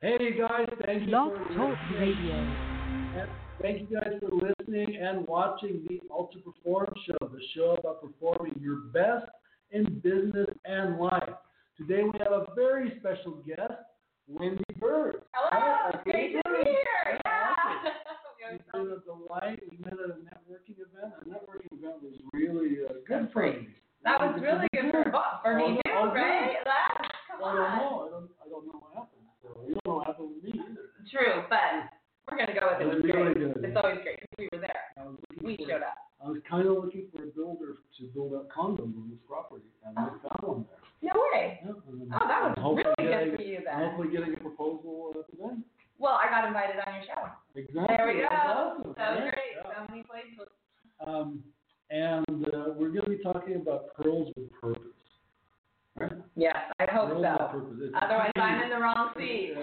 Hey guys, thank you Blog for Talk listening. Radio. And Thank you guys for listening and watching the Ultra Perform Show, the show about performing your best in business and life. Today we have a very special guest, Wendy Bird. Hello, it's great to be here. Yeah. We met at the light. We met at a networking event. A networking event was really uh, good for me. That was really good for both for me too, Oh, yeah. right? That, I come don't on. know. I don't. I don't know what happened. So you don't know what happened with me either. True, but we're gonna go It with it. was It was really great. good. It's always great because we were there. I was looking We for- showed up. I was kind of looking for a builder to build out condos on this property, and I found one there. No Yeah, way. and Oh, I'm that was hopefully really good getting- for you I'm then. Hopefully getting a proposal uh, today. Well, I got invited on your show. Exactly. There we that's go. awesome, That right? was great. Yeah. So many places. Um, and uh, we're going to be talking about pearls with purpose. Right? Yes, I hope pearls so. with purpose. It's Otherwise, a I'm in the wrong seat.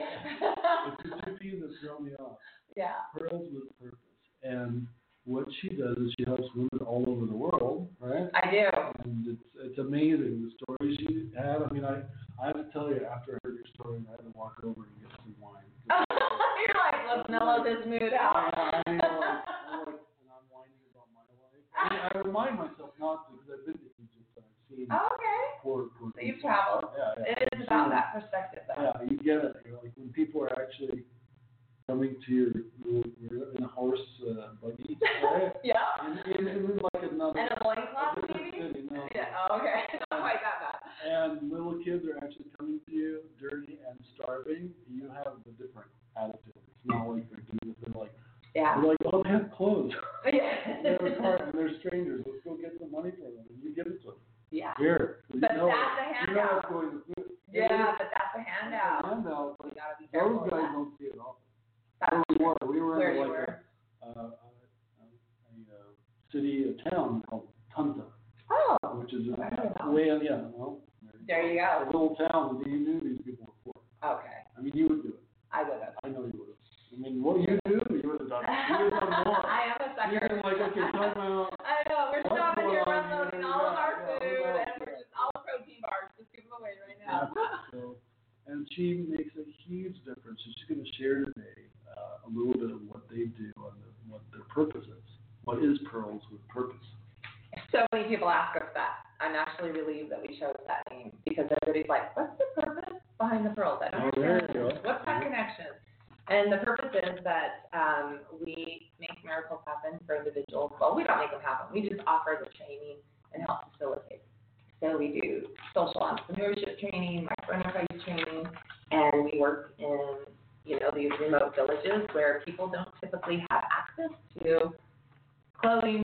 It's a GP that threw me off. yeah. Pearls with purpose. And what she does is she helps women all over the world, right? I do. And it's it's amazing the stories she had. I mean, I I have to tell you, after I heard your story, I had to walk over and get some Oh, wine. You're like, let's mellow this mood out. I, I, know, like, I'm like, and I'm whining about my life. I, I remind myself not to because I've been to Egypt. and I've seen okay. poor, poor Oh, So you've people. traveled. Yeah, yeah. It is about that perspective, though. Yeah, you get it. You're like when people are actually coming to your, you're, you're in a horse uh, buggy, right? Yeah. and, and, and like another. And a a loincloth, different maybe? city, no. Yeah, oh, okay. Not quite that bad. and little kids are actually coming to you dirty and starving, you have a different attitude. It's not like they're doing it. They're like, Yeah. they're like, oh, they have clothes. they're Yeah. apart and they're strangers. Let's go get some money for them. And you give it to them. yeah. Here. You But know, that's a You know handout. what's going to do. Yeah, but that's a handout. Handout. We gotta be careful Those with guys that. don't see it often. That's Where we were, we were where in you like were. a, uh, a, a, a city, a town called Tunta, Oh, which is I don't uh, know. way, yeah, well, there you a go. little town that you knew these people were poor. Okay. I mean, you would do it. I would have. I know you would. I mean, what you do, you would have done. You would have done more. I am a You'd have sucker. been like, okay, time out. I know. We're What's stopping going here. We're on here? unloading all of our Yeah, food yeah, we're and not- we're just all protein bars. Just give them away right now. So, and she makes a huge difference. So she's going to share today uh, a little bit of what they do and the, what their purpose is. What is Pearls with Purpose? So many people ask us that. I'm actually relieved that we chose that name because everybody's like, what's the purpose behind the pearls? I Oh, don't there understand. you this. go. What's that connection? And the purpose is that um, we make miracles happen for individuals. Well, we don't make them happen. We just offer the training and help facilitate. So we do social entrepreneurship training, microenterprise training, and we work in you know these remote villages where people don't typically have access to clothing,